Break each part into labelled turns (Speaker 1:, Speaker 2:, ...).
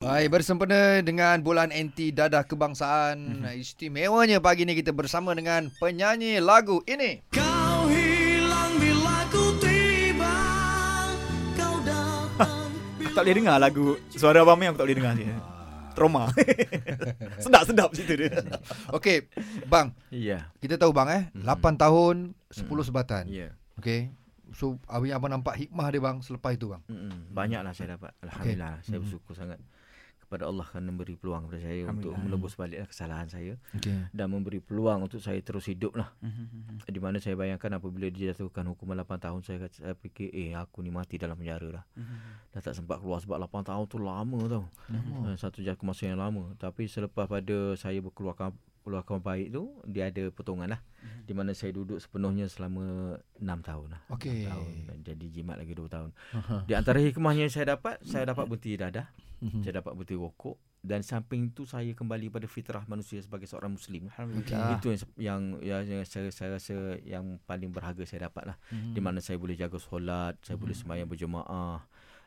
Speaker 1: Baik, bersempena dengan bulan anti dadah kebangsaan
Speaker 2: Mhm.
Speaker 1: mm-hmm. Istimewanya pagi ni kita bersama dengan penyanyi lagu ini
Speaker 3: Kau hilang bila ku tiba Kau datang
Speaker 4: Aku tak boleh dengar lagu Suara Abang Mai aku tak boleh dengar dia Trauma Sedap-sedap cerita dia
Speaker 1: Okey, bang,
Speaker 2: Ya.
Speaker 1: kita tahu bang eh
Speaker 2: Mhm.
Speaker 1: 8 tahun, 10 sebatan
Speaker 2: Ya.
Speaker 1: Okey, so abang, abang nampak hikmah dia bang selepas itu bang
Speaker 2: Mm-mm. Banyaklah saya dapat. Alhamdulillah. Okay. Saya bersyukur sangat kepada Allah kerana memberi peluang kepada saya untuk melebus baliklah kesalahan saya
Speaker 1: Okey
Speaker 2: dan memberi peluang untuk saya terus hidup lah. Di mana saya bayangkan apabila dijatuhkan hukuman 8 tahun saya, kata- saya fikir eh aku ni mati dalam penjara dah. Dah tak sempat keluar sebab 8 tahun tu lama tau. Lama. Satu jangka masa yang lama. Tapi selepas pada saya berkeluarkan keluarkan baik tu dia ada potongan lah di mana saya duduk sepenuhnya selama 6 tahun lah.
Speaker 1: Okey. Mhm.
Speaker 2: Enam tahun dan jadi jimat lagi 2 tahun. Di antara hikmahnya yang saya dapat, saya dapat berhenti dadah,
Speaker 1: Hmm.
Speaker 2: saya dapat berhenti rokok dan samping itu saya kembali pada fitrah manusia sebagai seorang muslim.
Speaker 1: Alhamdulillah.
Speaker 2: Itu yang yang, yang, yang saya, saya rasa yang paling berharga saya dapat lah.
Speaker 1: Mhm.
Speaker 2: Di
Speaker 1: Hmm.
Speaker 2: mana saya boleh jaga solat, saya boleh sembahyang berjemaah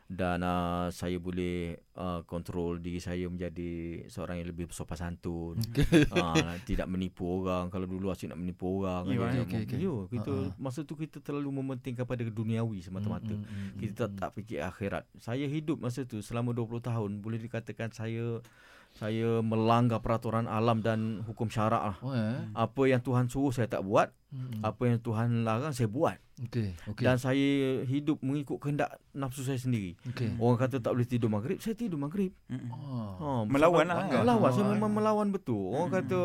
Speaker 2: dan uh, saya boleh uh, kontrol diri saya menjadi seorang yang lebih sopan santun. uh, tidak menipu orang. Kalau dulu asyik nak menipu orang.
Speaker 4: Ya,
Speaker 2: kan,
Speaker 1: okey,
Speaker 2: okay,
Speaker 1: okey. Ha,
Speaker 2: okay. Yo, kita uh-huh. masa tu kita terlalu mementingkan pada
Speaker 1: Hmm,
Speaker 2: duniawi semata-mata.
Speaker 1: Mm-mm.
Speaker 2: Kita tak, tak fikir akhirat. Saya hidup masa tu selama 20 tahun boleh dikatakan saya saya melanggar peraturan alam dan hukum syarak lah.
Speaker 1: Oh eh
Speaker 2: Apa yang Tuhan suruh saya tak buat,
Speaker 1: Mm-mm.
Speaker 2: apa yang Tuhan larang saya buat.
Speaker 1: Okey, Hmm. okey
Speaker 2: Mhm. Dan saya hidup mengikut kehendak nafsu saya sendiri.
Speaker 1: Okey
Speaker 2: Orang kata tak boleh tidur maghrib, saya tidur maghrib.
Speaker 4: Oh,
Speaker 1: Ah.
Speaker 2: Ha,
Speaker 4: Melawan lah, kan?
Speaker 2: Melawan, saya memang melawan betul. Orang kata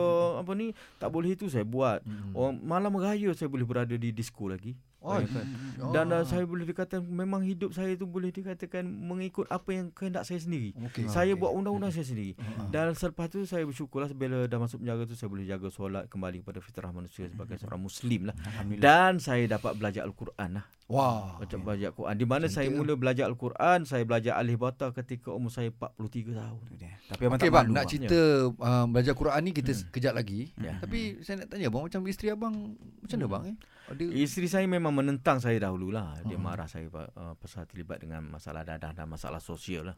Speaker 2: apa ni, tak boleh itu saya buat.
Speaker 1: Mm.
Speaker 2: Orang malam raya saya boleh berada di disco lagi.
Speaker 1: Oh,
Speaker 2: Bayangkan.
Speaker 1: oh.
Speaker 2: Dan uh, saya boleh dikatakan memang hidup saya tu boleh dikatakan mengikut apa yang kehendak saya sendiri.
Speaker 1: Oh, Okey. Okey.
Speaker 2: Saya buat undang-undang saya sendiri.
Speaker 1: Ah.
Speaker 2: Dan selepas tu saya bersyukurlah bila dah masuk penjara tu saya boleh jaga solat kembali kepada fitrah manusia sebagai seorang muslim lah.
Speaker 4: Alhamdulillah
Speaker 2: Dan saya dapat belajar al-Quran lah.
Speaker 1: Wah
Speaker 2: Macam belajar Quran. Di mana saya
Speaker 1: Cantik
Speaker 2: mula belajar al-Quran, saya belajar alif bata ketika umur saya 43 tahun.
Speaker 4: Tu dia. Tapi abang
Speaker 1: Okey
Speaker 4: tak
Speaker 1: bang, nak
Speaker 4: malu ah. Ya. abang.
Speaker 1: cerita um, belajar Quran ni kita hmm. kejap lagi.
Speaker 2: Ya.
Speaker 1: Tapi saya nak tanya abang macam isteri abang macam
Speaker 4: Hmm.
Speaker 1: mana bang eh? Ada
Speaker 2: Isteri saya memang menentang saya dahululah. Dia marah saya pa- uh, pasal terlibat dengan masalah dadah dan masalah sosial lah.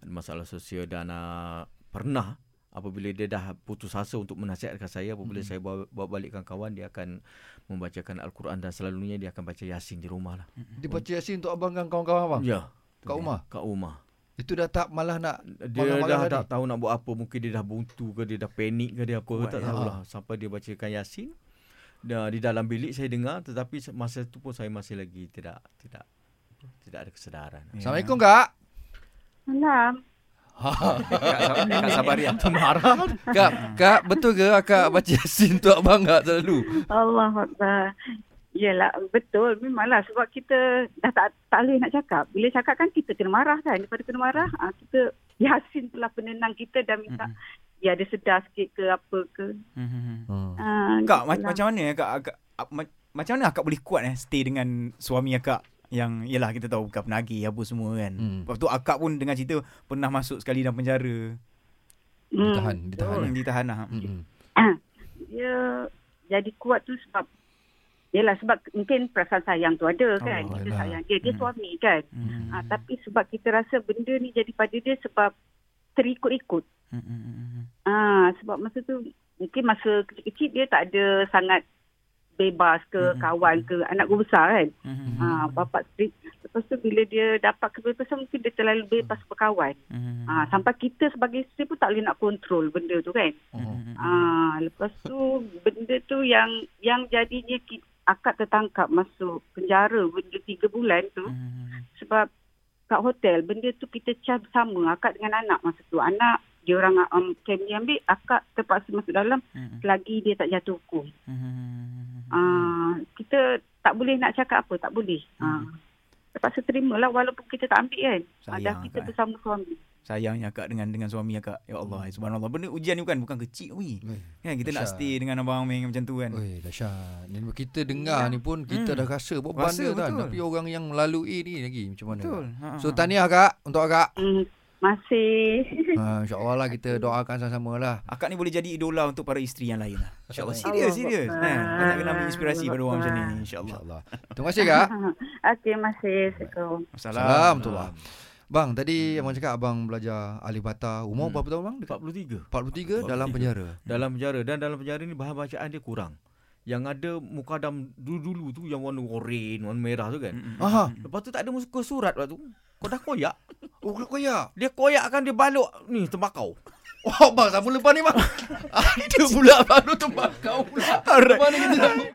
Speaker 2: Masalah sosial dan uh, pernah apabila dia dah putus asa untuk menasihatkan saya apabila saya bawa, bawa balikkan kawan dia akan membacakan al-Quran dan selalunya dia akan baca Yasin di rumah lah.
Speaker 1: dia baca Yasin untuk abang dengan kawan-kawan abang.
Speaker 2: Ya.
Speaker 1: Kat rumah?
Speaker 2: Kat rumah.
Speaker 1: Itu dah tak malah nak
Speaker 4: Ya.
Speaker 2: Dia
Speaker 1: Malam-malam
Speaker 2: dah
Speaker 1: tadi?
Speaker 2: tak tahu nak buat apa Mungkin dia dah buntu ke Dia dah panik ke dia apa ke
Speaker 4: Kuat
Speaker 2: Tak
Speaker 4: ya.
Speaker 1: lah.
Speaker 2: tahulah Sampai dia bacakan Yasin Dah, Di dalam bilik saya dengar Tetapi se- masa tu pun saya masih lagi Tidak Tidak Tidak ada kesedaran
Speaker 1: Assalamualaikum kak.
Speaker 5: Malam.
Speaker 4: Kak, Sab- Kak Sabari
Speaker 2: Marah
Speaker 1: Kak, kak betul ke akak baca Yasin untuk abang kak selalu?
Speaker 5: Allah Akbar. Yelah, betul. Memanglah sebab kita dah tak, tak boleh nak cakap. Bila cakap kan kita kena marah kan. Daripada kena marah, ah, kita Yasin telah penenang kita dan minta
Speaker 4: Hmm.
Speaker 5: ya ada sedar sikit ke apa ke.
Speaker 4: Hmm.
Speaker 5: Ah,
Speaker 4: Kak ma-
Speaker 5: gitulah.
Speaker 4: macam mana ya Kak akak, ak- ma- Macam mana akak boleh kuat eh Stay dengan suami akak Yang Yelah kita tahu bukan penagih apa semua kan
Speaker 1: Hmm.
Speaker 4: Lepas tu akak pun dengan cerita Pernah masuk sekali dalam penjara
Speaker 5: Hmm.
Speaker 1: Oh, Ditahan, ditahan.
Speaker 4: Yang ditahan lah
Speaker 1: Hmm.
Speaker 5: Dia jadi kuat tu sebab Yelah sebab mungkin perasaan sayang tu ada kan.
Speaker 4: Allah,
Speaker 5: kita
Speaker 1: yelah.
Speaker 5: sayang dia. Dia
Speaker 4: Hmm.
Speaker 5: suami kan.
Speaker 4: Hmm.
Speaker 5: Ah, tapi sebab kita rasa benda ni jadi pada dia sebab terikut-ikut. Ah, sebab masa tu mungkin masa kecil-kecil dia tak ada sangat bebas ke
Speaker 4: Mm-mm.
Speaker 5: mm-hmm. kawan ke anak gua besar kan.
Speaker 4: Hmm.
Speaker 5: Mm-hmm. Ah, bapak strict. Lepas tu bila dia dapat kebebasan mungkin dia terlalu bebas berkawan.
Speaker 4: Hmm.
Speaker 5: Ah, sampai kita sebagai isteri pun tak boleh nak kontrol benda tu kan.
Speaker 4: Hmm.
Speaker 1: Oh.
Speaker 5: Ah, lepas tu benda tu yang yang jadinya ki- akak tertangkap masuk penjara benda tiga bulan tu sebab kat hotel benda tu kita cas sama akak dengan anak masa tu anak dia orang um, camp ni ambil akak terpaksa masuk dalam selagi dia tak jatuh hukum
Speaker 4: Hmm.
Speaker 5: uh, kita tak boleh nak cakap apa tak boleh uh, terpaksa terima lah walaupun kita tak ambil kan uh, dah
Speaker 4: Hmm. Sayang
Speaker 5: kita
Speaker 4: akak, eh.
Speaker 5: bersama suami
Speaker 4: Sayangnya akak dengan dengan suami akak Ya Allah Subhanallah Benda ujian ni bukan Bukan kecil weh Kan kita nak
Speaker 1: Dahsyat.
Speaker 4: stay dengan abang Ming macam tu kan
Speaker 1: Oi, dahsyat. Ni kita dengar ni pun kita
Speaker 4: Hmm.
Speaker 1: dah rasa buat
Speaker 4: Rasa,
Speaker 1: banda kan.
Speaker 4: betul.
Speaker 1: Tapi orang yang melalui ni lagi macam mana?
Speaker 4: Betul Ha,
Speaker 1: So
Speaker 4: ha.
Speaker 1: tahniah kak untuk akak.
Speaker 5: mm, masih
Speaker 1: Ha, InsyaAllah lah kita doakan sama-sama lah.
Speaker 4: Akak ni boleh jadi idola untuk para isteri yang lain lah. InsyaAllah.
Speaker 5: Allah
Speaker 4: Serius, serius.
Speaker 5: Akbar.
Speaker 4: Nah, banyak kena ambil inspirasi pada orang macam ni. ni, InsyaAllah.
Speaker 1: InsyaAllah. Terima kasih kak.
Speaker 5: Ah, okey masih assalamualaikum
Speaker 4: Assalamualaikum.
Speaker 1: Assalamualaikum. Bang, tadi abang cakap abang belajar alih bata. Umur berapa tahun bang? Dekat 43
Speaker 2: 43
Speaker 1: dalam
Speaker 2: 43.
Speaker 1: penjara.
Speaker 2: dalam penjara dan dalam penjara ni bahan bacaan dia kurang. Yang ada mukadam dulu-dulu tu yang warna oren, warna merah tu kan.
Speaker 1: Aha.
Speaker 2: Lepas tu tak ada muka surat waktu tu. Kau dah ya? koyak.
Speaker 1: Oh, kena koyak.
Speaker 2: Dia koyakkan dia balok ni tembakau.
Speaker 1: Wah, bang, sama lepas ni bang. Ada pula baru tembakau pula. Lepas ni kita dah